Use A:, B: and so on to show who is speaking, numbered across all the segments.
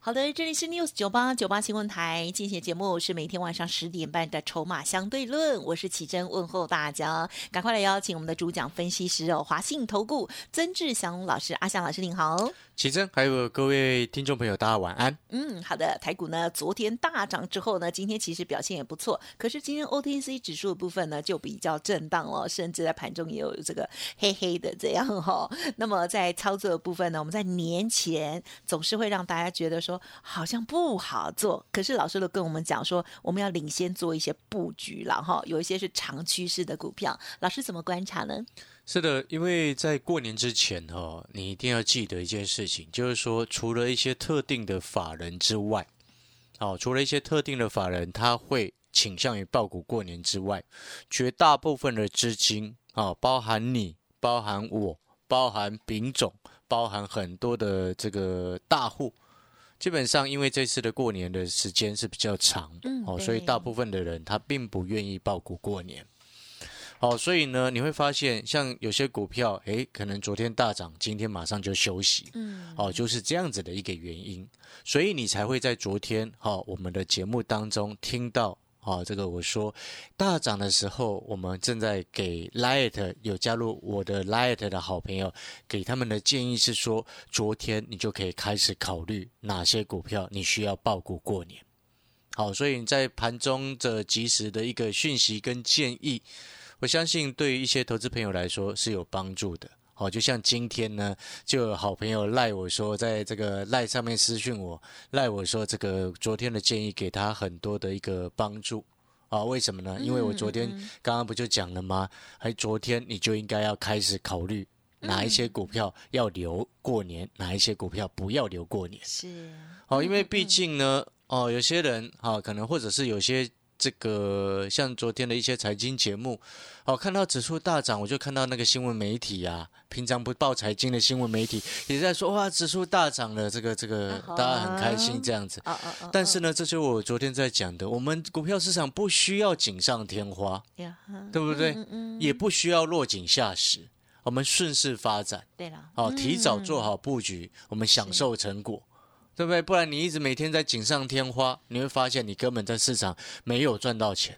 A: 好的，这里是 news 九八九八新闻台，进行节目是每天晚上十点半的《筹码相对论》，我是奇珍，问候大家，赶快来邀请我们的主讲分析师哦，华信投顾曾志祥老师，阿祥老师您好。
B: 奇珍，还有各位听众朋友，大家晚安。
A: 嗯，好的。台股呢，昨天大涨之后呢，今天其实表现也不错。可是今天 OTC 指数的部分呢，就比较震荡了，甚至在盘中也有这个黑黑的这样哦。那么在操作的部分呢，我们在年前总是会让大家觉得说好像不好做，可是老师都跟我们讲说，我们要领先做一些布局了哈、有一些是长趋势的股票，老师怎么观察呢？
B: 是的，因为在过年之前哦，你一定要记得一件事情，就是说，除了一些特定的法人之外，哦，除了一些特定的法人，他会倾向于爆股过年之外，绝大部分的资金哦，包含你，包含我，包含丙种，包含很多的这个大户。基本上，因为这次的过年的时间是比较长，
A: 嗯
B: 哦，所以
A: 对
B: 大部分的人他并不愿意爆股过年。好，所以呢，你会发现像有些股票，诶，可能昨天大涨，今天马上就休息，
A: 嗯，
B: 哦，就是这样子的一个原因，所以你才会在昨天哈、哦、我们的节目当中听到。哦，这个我说，大涨的时候，我们正在给 Light 有加入我的 Light 的好朋友，给他们的建议是说，昨天你就可以开始考虑哪些股票你需要爆股过年。好，所以你在盘中这及时的一个讯息跟建议，我相信对于一些投资朋友来说是有帮助的。好，就像今天呢，就有好朋友赖我说，在这个赖上面私讯我，赖我说这个昨天的建议给他很多的一个帮助啊。为什么呢？因为我昨天刚刚不就讲了吗？哎，昨天你就应该要开始考虑哪一些股票要留过年，哪一些股票不要留过年。
A: 是，
B: 哦，因
A: 嗯
B: 为毕竟呢，哦，有些人哦，可能或者是有些这个像昨天的一些财经节目，哦，看到指数大涨，我就看到那个新闻媒体啊，平常不报财经的新闻媒体也在说哇，指数大涨了，这个这个
A: 啊哈
B: 大家很开心这样子。
A: 哦哦哦，
B: 但是呢，这就是我昨天在讲的，我们股票市场不需要锦上添花，
A: 哦呀哈
B: 对不对？
A: 嗯嗯，
B: 也不需要落井下石，我们顺势发展。
A: 对了，
B: 好、哦提早做好布局，我们享受成果，对不对？不然你一直每天在锦上添花，你会发现你根本在市场没有赚到钱，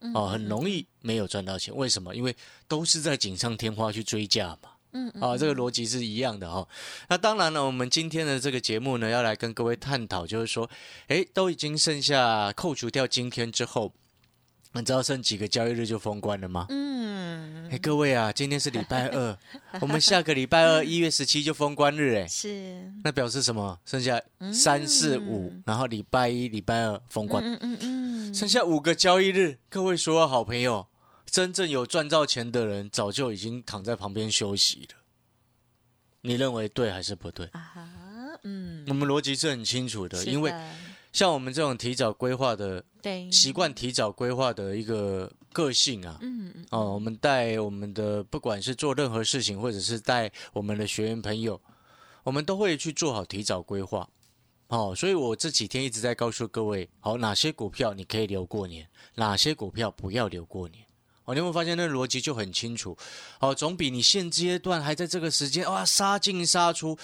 A: 嗯
B: 哦，很容易没有赚到钱。为什么？因为都是在锦上添花去追价嘛。
A: 嗯
B: 啊，这个逻辑是一样的哦。那当然了，我们今天的这个节目呢，要来跟各位探讨，就是说，诶，都已经剩下扣除掉今天之后，你知道剩几个交易日就封关了吗？
A: 嗯，
B: 哎，各位啊，今天是礼拜 二，我们下个礼拜二一月十七就封关日哎，
A: 是，
B: 那表示什么？剩下三四五，然后礼拜一、礼拜二封关，
A: 嗯嗯嗯，
B: 剩下五个交易日。各位所有好朋友，真正有赚到钱的人，早就已经躺在旁边休息了。你认为对还是不对？
A: 啊哈，嗯，
B: 我们逻辑是很清楚的，
A: 是
B: 因为
A: 的
B: 像我们这种提早规划的
A: 对，
B: 习惯提早规划的一个个性啊，
A: 嗯嗯
B: 哦，我们带我们的不管是做任何事情，或者是带我们的学员朋友，我们都会去做好提早规划。哦，所以我这几天一直在告诉各位，好、哪些股票你可以留过年，哪些股票不要留过年。哦，你会发现那逻辑就很清楚。哦，总比你现阶段还在这个时间哇杀进杀出，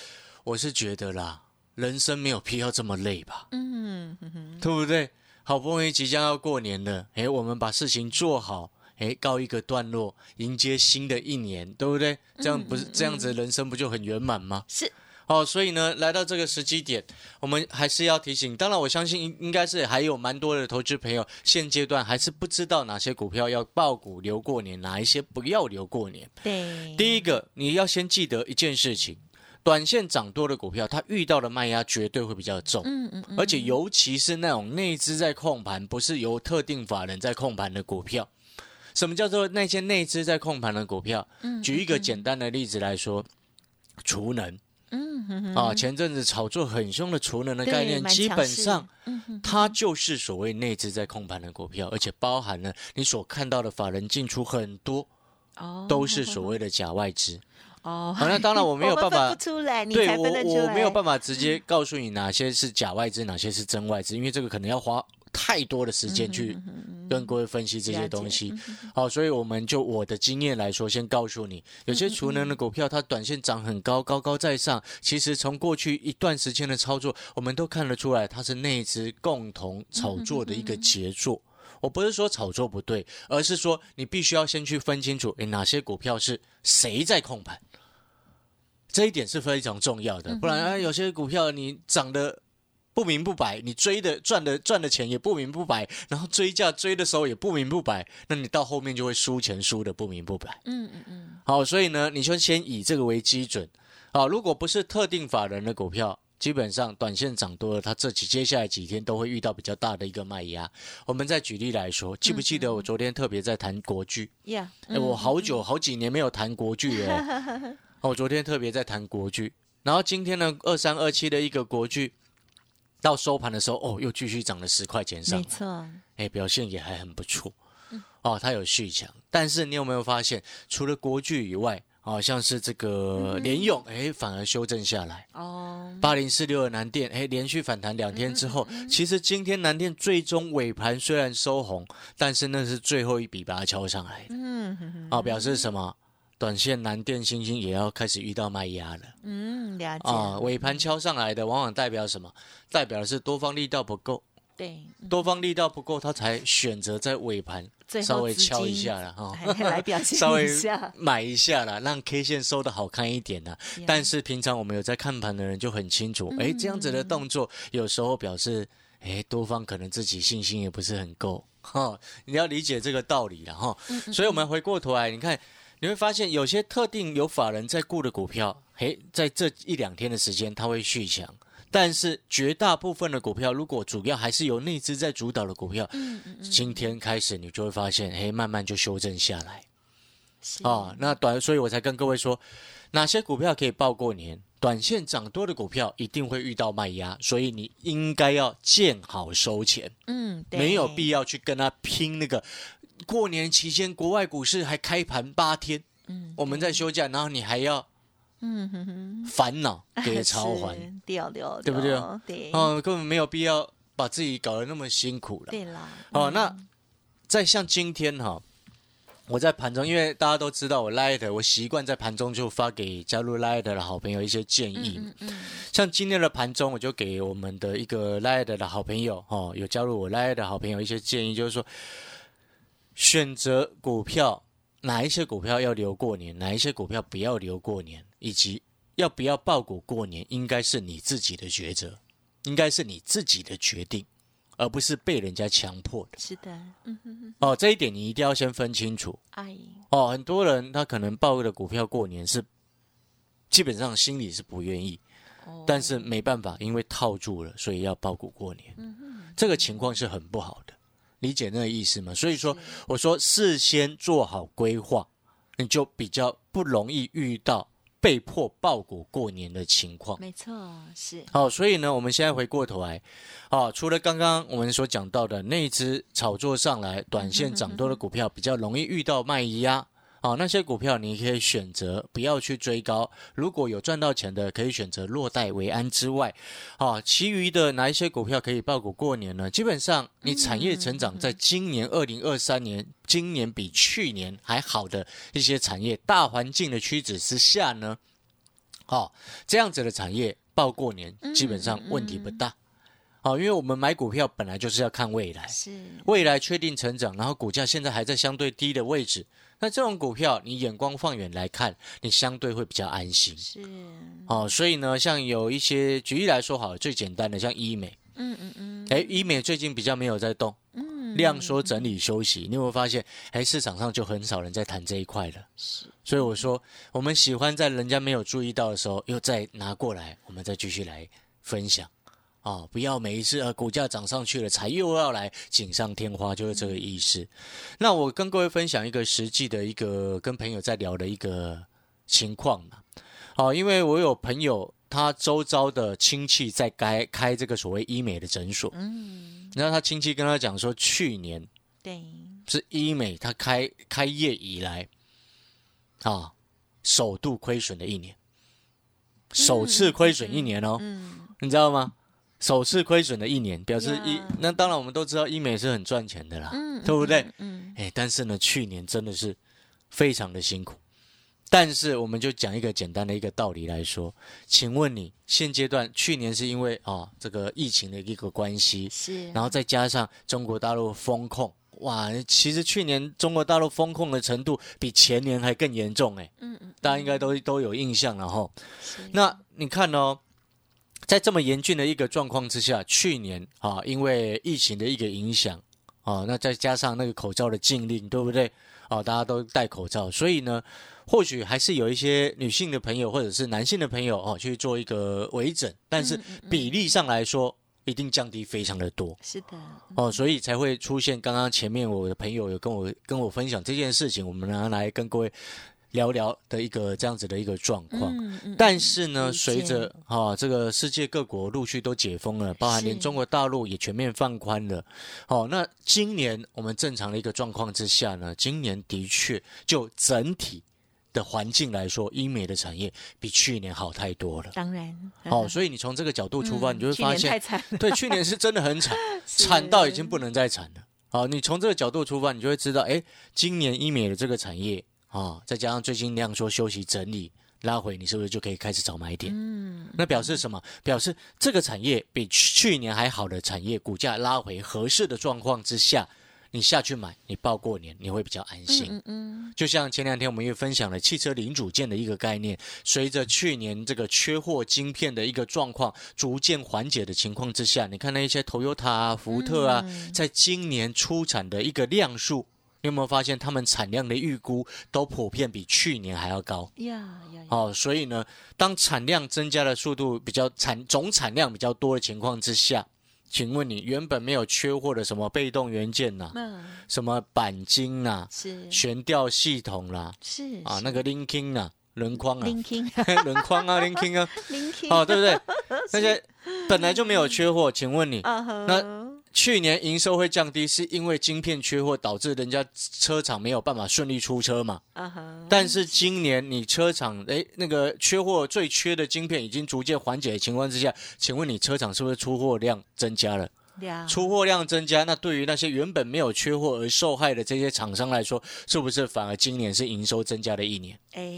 B: 我是觉得啦，人生没有必要这么累吧。
A: 嗯嗯嗯，
B: 对不对？好不容易即将要过年了，诶，我们把事情做好，诶，告一个段落，迎接新的一年，对不对？这样不是这样子，人生不就很圆满吗？
A: 是
B: 哦，所以呢，来到这个时机点，我们还是要提醒。当然，我相信应应该是还有蛮多的投资朋友，现阶段还是不知道哪些股票要爆股留过年，哪一些不要留过年。
A: 嗯对，
B: 第一个，你要先记得一件事情：短线涨多的股票，它遇到的卖压绝对会比较重。
A: 嗯嗯嗯，
B: 而且尤其是那种内资在控盘，不是由特定法人在控盘的股票。什么叫做那些内资在控盘的股票？
A: 嗯
B: 举一个简单的例子来说，储能，嗯啊，前阵子炒作很凶的储能的
A: 对
B: 概念，
A: 蛮
B: 基
A: 强
B: 本
A: 势嗯
B: 上它就是所谓内资在控盘的股票，而且包含了你所看到的法人进出很多。
A: 哦
B: 都是所谓的假外 资。
A: 哦，
B: 好，那当然我没有
A: 们
B: 办法
A: 分不出来，你
B: 对
A: 才
B: 我
A: 分得出来。嗯
B: 我没有办法直接告诉你哪些是假外资，哪些是真外资，因为这个可能要花太多的
A: 嗯
B: 时间去跟各位分析这些东西。好，所以我们就我的经验来说，先告诉你，
A: 嗯
B: 有些储能的股票它短线涨很高，高高在上，其实从过去一段时间的操作，我们都看得出来，它是那一只共同
A: 嗯
B: 炒作的一个杰作。我不是说炒作不对，而是说你必须要先去分清楚，诶，哪些股票是谁在控盘，这一点是非常重要的。不然啊、有些股票你涨得不明不白，你追的赚的赚的钱也不明不白，然后追价追的时候也不明不白，那你到后面就会输钱输的不明不白。
A: 嗯嗯嗯，
B: 好，所以呢，你就先以这个为基准。好，如果不是特定法人的股票，基本上短线涨多了，它这几接下来几天都会遇到比较大的一个卖压。我们再举例来说，记不记得我昨天特别在谈国剧？
A: 呀，嗯
B: 哎，我好久好几年没有谈国剧了。哦我昨天特别在谈国剧，然后今天呢，二三二七的一个国剧，到收盘的时候，哦，又继续涨了十块钱上
A: 没
B: 来。
A: 错，
B: 哎，表现也还很不错。哦，它有续强，但是你有没有发现，除了国剧以外，好、像是这个联用，哎，反而修正下来。
A: 哦，
B: 八零四六的南电，哎，连续反弹两天之后，其实今天南电最终尾盘虽然收红，但是那是最后一笔把它敲上来的。
A: 嗯
B: 啊、表示什么？短线南电、星星也要开始遇到卖压了。
A: 嗯，了解，
B: 啊、尾盘敲上来的，往往代表什么？代表的是多方力道不够。
A: 对，
B: 多方力道不够，他才选择在尾盘
A: 最后
B: 稍微
A: 资金
B: 敲一下了哈，
A: 来 来表现
B: 稍微
A: 一下，
B: 买一下啦，让 K 线收的好看一点啦。但是平常我们有在看盘的人就很清
A: 嗯
B: 楚，哎，这样子的动作有时候表示，哎，多方可能自己信心也不是很够哈、你要理解这个道理了哈、
A: 嗯
B: 所以我们回过头来，你看你会发现有些特定有法人在顾的股票，嘿，在这一两天的时间它会续强。但是绝大部分的股票，如果主要还是由内资在主导的股票，
A: 嗯
B: 今天开始你就会发现，嘿，慢慢就修正下来
A: 是
B: 啊、那短，所以我才跟各位说，哪些股票可以报过年？短线涨多的股票一定会遇到卖压，所以你应该要见好收钱。
A: 嗯，对
B: 没有必要去跟他拼那个。过年期间，国外股市还开盘八天，嗯，我们在休假，然后你还要，嗯烦恼给偿 还，
A: 是掉掉，
B: 对不对
A: 掉对，
B: 哦，根本没有必要把自己搞得那么辛苦了。
A: 对啦，
B: 哦，那在像今天哈、我在盘中，因为大家都知道我 Light，我习惯在盘中就发给加入 Light 的好朋友一些建
A: 嗯
B: 议。像今天的盘中，我就给我们的一个 Light 的好朋友哦，有加入我 Light 的好朋友一些建议，就是说选择股票，哪一些股票要留过年，哪一些股票不要留过年，以及要不要爆股过年，应该是你自己的抉择，应该是你自己的决定，而不是被人家强迫的。
A: 是的，嗯哼哼，
B: 哦，这一点你一定要先分清楚。
A: 哎，
B: 哦，很多人他可能抱的股票过年是基本上心里是不愿意，
A: 哦
B: 但是没办法，因为套住了，所以要抱股过年。这个情况是很不好的，理解那个意思吗？所以说，我说事先做好规划，你就比较不容易遇到被迫抱股过年的情况。
A: 没错，是
B: 好，所以呢，我们现在回过头来，啊，除了刚刚我们所讲到的那一只炒作上来、短线涨多的股票比较容易遇到卖压，啊，那些股票你可以选择不要去追高，如果有赚到钱的，可以选择落袋为安之外，啊，其余的哪一些股票可以爆股过年呢？基本上你产业成长在今年二零二三年，今年比去年还好的一些产业，大环境的趋势之下呢，哦，这样子的产业报过年基本上问题不大。哦，因为我们买股票本来就是要看未来，
A: 是，
B: 未来确定成长，然后股价现在还在相对低的位置，那这种股票你眼光放远来看，你相对会比较安心。
A: 是，
B: 哦，所以呢，像有一些举例来说好了，最简单的像医美，
A: 嗯嗯嗯，
B: 哎，医美最近比较没有在动，嗯，量缩整理休息，你有没有发现？哎，市场上就很少人在谈这一块了。
A: 是，
B: 所以我说，我们喜欢在人家没有注意到的时候，又再拿过来，我们再继续来分享。哦，不要每一次呃股价涨上去了，才又要来锦上添花，就是这
A: 嗯
B: 个意思。那我跟各位分享一个实际的一个跟朋友在聊的一个情况嘛。哦，因为我有朋友，他周遭的亲戚在开开这个所谓医美的诊所，
A: 嗯，
B: 然后他亲戚跟他讲说，去年
A: 对，嗯
B: 是医美，他开开业以来，啊，首度亏损的一年，首次亏损一年哦，
A: 嗯，
B: 你知道吗？首次亏损的一年，表示医
A: 呀
B: 那当然我们都知道医美是很赚钱的啦，
A: 嗯
B: 对不对？
A: 嗯，
B: 哎，但是呢，去年真的是非常的辛苦。但是我们就讲一个简单的一个道理来说，请问你现阶段去年是因为啊、这个疫情的一个关系，
A: 是，
B: 然后再加上中国大陆风控，哇，其实去年中国大陆风控的程度比前年还更严重哎，
A: 嗯嗯，
B: 大家应该都都有印象了哈。
A: 是
B: 那你看哦，在这么严峻的一个状况之下，去年啊，因为疫情的一个影响啊，那再加上那个口罩的禁令，对不对？啊，大家都戴口罩，所以呢，或许还是有一些女性的朋友或者是男性的朋友哦、去做一个微整，但是
A: 嗯嗯嗯
B: 比例上来说，一定降低非常的多。
A: 是的，
B: 哦，所以才会出现刚刚前面我的朋友有跟我跟我分享这件事情，我们拿来跟各位聊聊的一个这样子的一个状况。
A: 嗯嗯，
B: 但是呢，
A: 理解
B: 随着啊这个世界各国陆续都解封了，包含连
A: 是
B: 中国大陆也全面放宽了。哦，那今年我们正常的一个状况之下呢，今年的确就整体的环境来说，医美的产业比去年好太多了。
A: 当然，
B: 哦，所以你从这个角度出发，
A: 嗯
B: 你就会
A: 去
B: 发
A: 年
B: 现
A: 太惨了，，
B: 对，去年是真的很惨
A: 是
B: 惨到已经不能再惨了。好，你从这个角度出发，你就会知道，哎，今年医美的这个产业啊、再加上最近量缩休息整理拉回，你是不是就可以开始找买点？
A: 嗯，
B: 那表示什么？表示这个产业比去年还好的产业，股价拉回合适的状况之下，你下去买，你报过年你会比较安心。
A: 嗯嗯，
B: 就像前两天我们也分享了汽车零组件的一个概念，随着去年这个缺货晶片的一个状况逐渐缓解的情况之下，你看那一些 Toyota 啊、福特啊，在今年出产的一个量数，你有没有发现他们产量的预估都普遍比去年还要高？
A: 呀呀呀，
B: 哦，所以呢，当产量增加的速度比较产总产量比较多的情况之下，请问你原本没有缺货的什么被动元件呐、
A: 嗯，
B: 什么钣金呐、
A: 是
B: 悬吊系统啦，
A: 是
B: 啊，
A: 是
B: 那个 linking 啊，轮框啊，
A: linking
B: 轮框啊，linking 啊，
A: linking，
B: 哦，对 不对？那些本来就没有缺货，请问你
A: 啊哈，
B: 那去年营收会降低，是因为晶片缺货导致人家车厂没有办法顺利出车嘛？
A: 啊哈，
B: 但是今年你车厂诶，那个缺货最缺的晶片已经逐渐缓解的情况之下，请问你车厂是不是出货量增加了？
A: 了
B: 出货量增加，那对于那些原本没有缺货而受害的这些厂商来说，是不是反而今年是营收增加的一年？
A: 哎，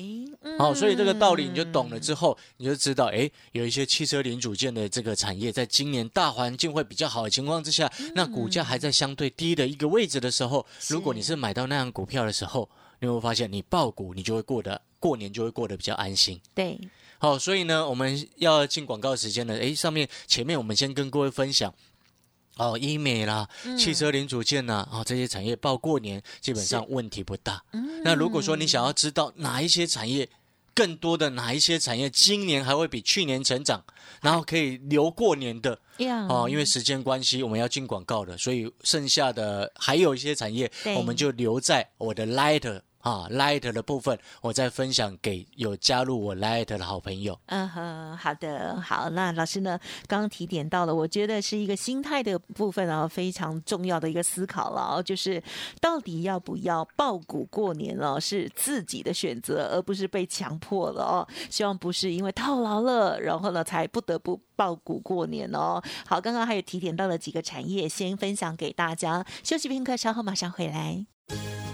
B: 好、所以这个道理你就懂
A: 嗯
B: 了之后，你就知道，诶，有一些汽车零组件的这个产业，在今年大环境会比较好的情况之下，那股价还在相对低的一个位置的时候，如果你是买到那样股票的时候，你会发现你爆股，你就会过得过年就会过得比较安心。
A: 嗯对，
B: 好、所以呢，我们要进广告时间了。诶，上面前面我们先跟各位分享。哦，医美啦，汽车零组件呐、啊，哦，这些产业报过年基本上问题不大。那如果说你想要知道哪一些产业，更多的哪一些产业今年还会比去年成长，然后可以留过年的
A: 呀，
B: 哦，因为时间关系我们要进广告的，所以剩下的还有一些产业
A: 对，
B: 我们就留在我的 Light 啊 Light 的部分，我再分享给有加入我 Light 的好朋友。
A: 嗯哼，好的，好。那老师呢，刚刚提点到了，我觉得是一个心态的部分啊，非常重要的一个思考了哦，就是到底要不要爆股过年哦，是自己的选择，而不是被强迫了哦。希望不是因为套牢了，然后呢才不得不爆股过年哦。好，刚刚还有提点到了几个产业，先分享给大家。休息片刻，稍后马上回来。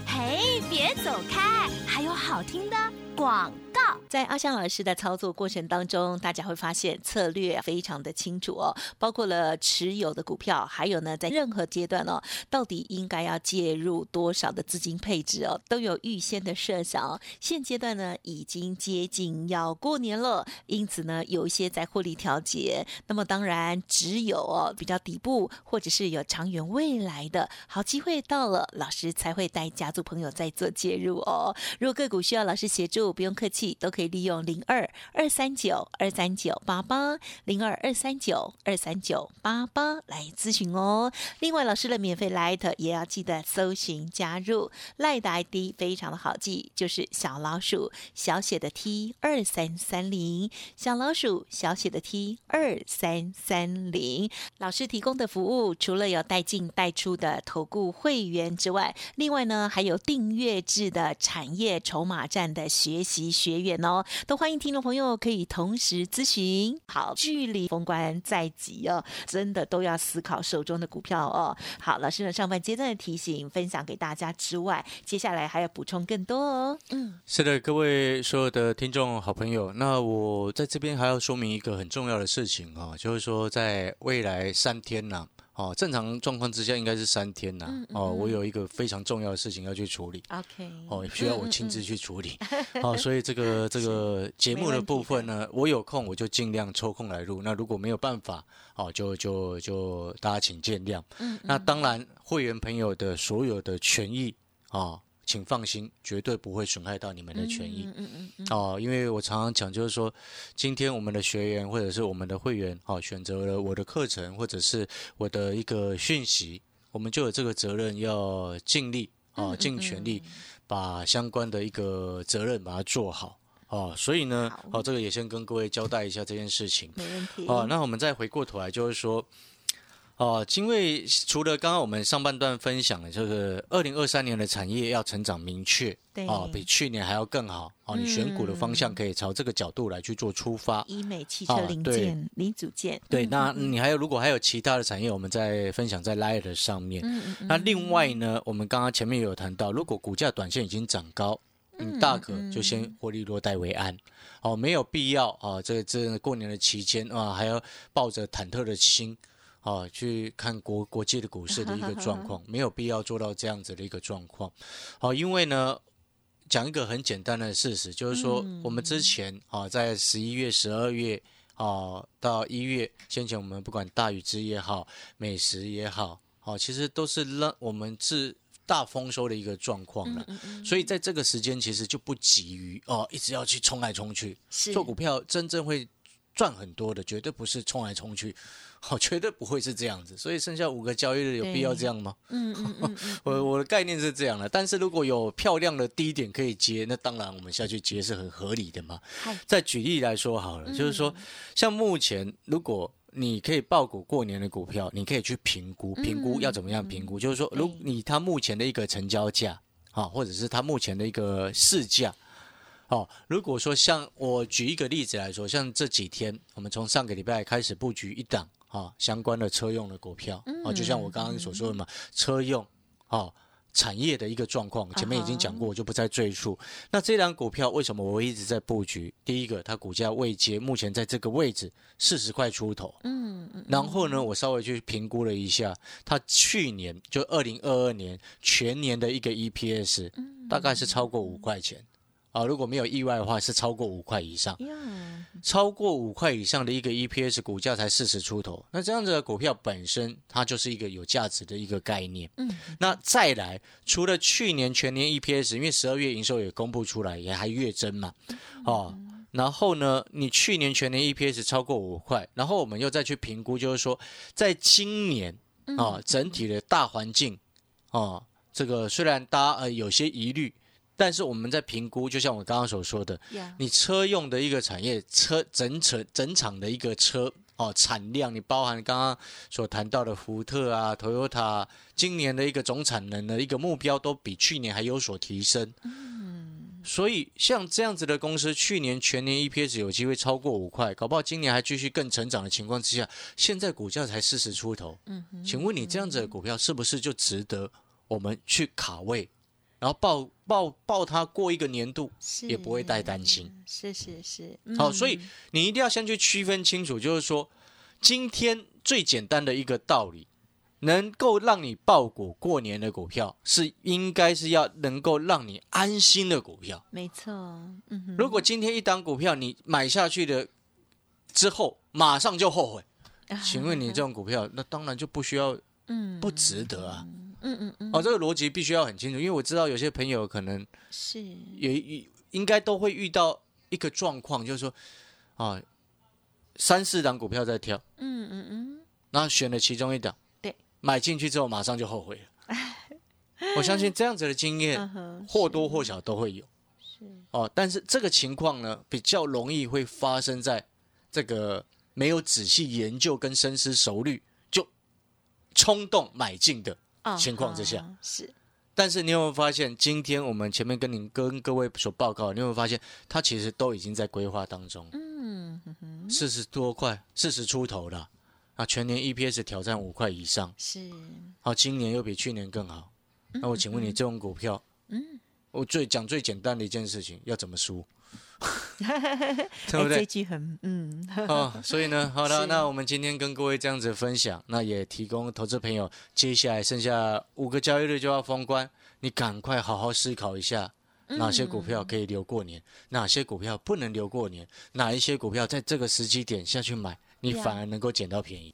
C: 嘿，别走开，还有好听的广告。
A: 在阿香老师的操作过程当中，大家会发现策略非常的清楚哦，包括了持有的股票，还有呢，在任何阶段哦，到底应该要介入多少的资金配置哦，都有预先的设想哦。现阶段呢，已经接近要过年了，因此呢，有一些在获利调节。那么当然，只有哦比较底部或者是有长远未来的好机会到了，老师才会带家族朋友再做介入哦。如果个股需要老师协助，不用客气。器都可以利用零二二三九二三九八八零二二三九二三九八八来咨询哦。另外，老师的免费 Light 也要记得搜寻加入，Light 的 ID 非常的好记，就是小老鼠小写的 T 二三三零，小老鼠小写的 T 二三三零。老师提供的服务除了有带进带出的投顾会员之外，另外呢还有订阅制的产业筹码站的学习学员哦，都欢迎听众朋友可以同时咨询。好，距离封关在即哦，真的都要思考手中的股票哦。好，老师呢上半阶段的提醒分享给大家之外，接下来还要补充更多哦。嗯，
B: 是的，各位所有的听众好朋友，那我在这边还要说明一个很重要的事情哦，就是说在未来三天呐、哦，正常状况之下应该是三天呐、哦，我有一个非常重要的事情要去处理。
A: OK，
B: 哦，需要我亲自去处 理。哦，所以这个这个节目的部分呢，我有空我就尽量抽空来录。那如果没有办法，哦，就就就大家请见谅。嗯，那当然，会员朋友的所有的权益哦，请放心，绝对不会损害到你们的权益。
A: 嗯嗯嗯嗯，
B: 哦，因为我常常讲，就是说，今天我们的学员或者是我们的会员，哦，选择了我的课程或者是我的一个讯息，我们就有这个责任要尽力，
A: 嗯
B: 哦，尽全力把相关的一个责任把它做好，哦，所以呢，
A: 好
B: 哦，这个也先跟各位交代一下这件事情。
A: 没问题。
B: 哦，那我们再回过头来，就是说，哦，因为除了刚刚我们上半段分享的，就是二零二三年的产业要成长明确，
A: 对
B: 哦，比去年还要更好，哦，你选股的方向可以朝这个角度来去做出发。
A: 医美汽车
B: 哦
A: 零
B: 对
A: 件、零组件，
B: 对，那你还有如果还有其他的产业，我们再分享在 Light 上
A: 嗯
B: 面。那另外呢，我们刚刚前面有谈到，如果股价短线已经涨高，你大可就先获利落袋为安，哦，没有必要啊、这这过年的期间啊，还要抱着忐忑的心。啊，去看国国际的股市的一个状况，没有必要做到这样子的一个状况。好、因为呢，讲一个很简单的事实，就是说我们之前啊，在十一月、十二月啊到一月，先前我们不管大禹之也好，美食也好，好、其实都是让我们是大丰收的一个状况
A: 嗯
B: 了。所以在这个时间，其实就不急于哦，一直要去冲来冲去。
A: 是
B: 做股票真正会赚很多的，绝对不是冲来冲去，好、绝对不会是这样子。所以剩下五个交易日，有必要这样吗？
A: 嗯嗯嗯嗯，
B: 我我的概念是这样的，但是如果有漂亮的低点可以接，那当然我们下去接是很合理的嘛
A: 嗨。嗯
B: 再举例来说好了，就是说，像目前如果你可以爆股过年的股票，你可以去评估，评
A: 嗯
B: 估要怎么样评估，就是说，如
A: 对
B: 你它目前的一个成交价啊，或者是它目前的一个市价。哦，如果说像我举一个例子来说，像这几天我们从上个礼拜开始布局一档啊、相关的车用的股票，哦，就像我刚刚所说的
A: 嗯
B: 嘛，车用哦产业的一个状况，前面已经讲过，我就不再赘述。那这档股票为什么我一直在布局？第一个，它股价位阶目前在这个位置四十块出头，
A: 嗯嗯，
B: 然后呢，我稍微去评估了一下，它去年就二零二二年全年的一个 EPS，大概是超过五块钱啊，如果没有意外的话，是超过五块以
A: 嗯
B: 上。
A: 呀，
B: 超过五块以上的一个 EPS 股价才四十出头，那这样子的股票本身它就是一个有价值的一个概念。嗯，那再来，除了去年全年 E EPS，因为十二月营收也公布出来，也还月增嘛，哦。然后呢，你去年全年 EPS 超过五块，然后我们又再去评估，就是说，在今年
A: 嗯
B: 啊、整体的大环境啊、这个虽然大家呃有些疑虑，但是我们在评估，就像我刚刚所说的，
A: 呀，
B: 你车用的一个产业，车整车整场的一个车哦产量，你包含刚刚所谈到的福特啊、Toyota，啊今年的一个总产能的一个目标都比去年还有所提升。所以像这样子的公司，去年全年 EPS 有机会超过五块，搞不好今年还继续更成长的情况之下，现在股价才四十出头。嗯，请问你这样子的股票是不是就值得我们去卡位，然后抱抱抱它过一个年度，
A: 是
B: 也不会太担心。
A: 是是是，
B: 好，
A: 嗯
B: 所以你一定要先去区分清楚，就是说，今天最简单的一个道理，能够让你爆股过年的股票，是应该是要能够让你安心的股票。
A: 没错，嗯哼，
B: 如果今天一档股票你买下去的之后，马上就后悔，
A: 啊
B: 请问你这种股票，那当然就不需要，
A: 嗯
B: 不值得啊。
A: 嗯嗯嗯，
B: 哦，这个逻辑必须要很清楚，因为我知道有些朋友可能
A: 是
B: 也应该都会遇到一个状况，就是说啊，三四档股票在挑，
A: 嗯嗯嗯，
B: 那选了其中一档，
A: 对，
B: 买进去之后马上就后悔了。 我相信这样子的经验
A: 嗯哼
B: 或多或少都会有
A: 是
B: 哦，但是这个情况呢，比较容易会发生在这个没有仔细研究跟深思熟虑就冲动买进的
A: 啊
B: 情况之下。
A: 哈是
B: 但是你有没有发现，今天我们前面跟您跟各位所报告，你有没有发现，它其实都已经在规划当中，
A: 嗯哼哼
B: 四十多块，四十出头了，啊，全年 EPS 挑战五块以上，
A: 是
B: 好、今年又比去年更好。那我请问你，这种股票，
A: 嗯，
B: 我最讲最简单的一件事情，要怎么输？对不
A: 哎这
B: 对？
A: 句很嗯，
B: 哦，所以呢，好
A: 是
B: 了，那我们今天跟各位这样子分享，那也提供投资朋友，接下来剩下五个交易日就要封关，你赶快好好思考一下，哪些股票可以留过年，哪些股票不能留过年，哪一些股票在这个时机点下去买，你
A: 对啊
B: 反而能够捡到便宜。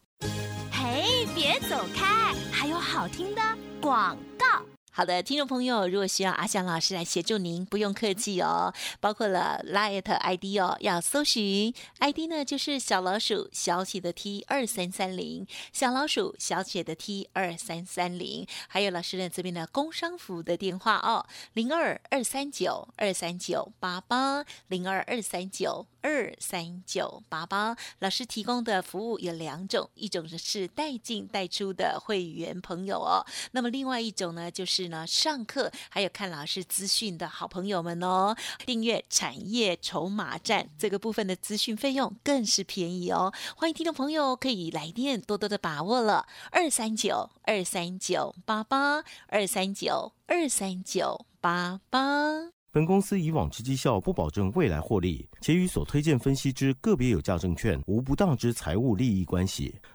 C: 嘿，别走开，还有好听的广告。
A: 好的，听众朋友，如果需要阿翔老师来协助您，不用客气哦。包括了 Light ID 哦，要搜寻 ID 呢，就是小老鼠小写的 T 二三三零，小老鼠小写的 T 二三三零。还有老师呢这边的工商服务的电话哦，零二二三九二三九八八，零二二三九二三九八八。老师提供的服务有两种，一种是带进带出的会员朋友哦，那么另外一种呢，就是呢上课还有看老师资讯的好朋友们哦，订阅产业筹码站这个部分的资讯费用更是便宜哦，欢迎听众朋友可以来电多多的把握了，二三九二三九八八二三九二三九八八。
D: 本公司以往之绩效不保证未来获利，且与所推荐分析之个别有价证券无不当之财务利益关系。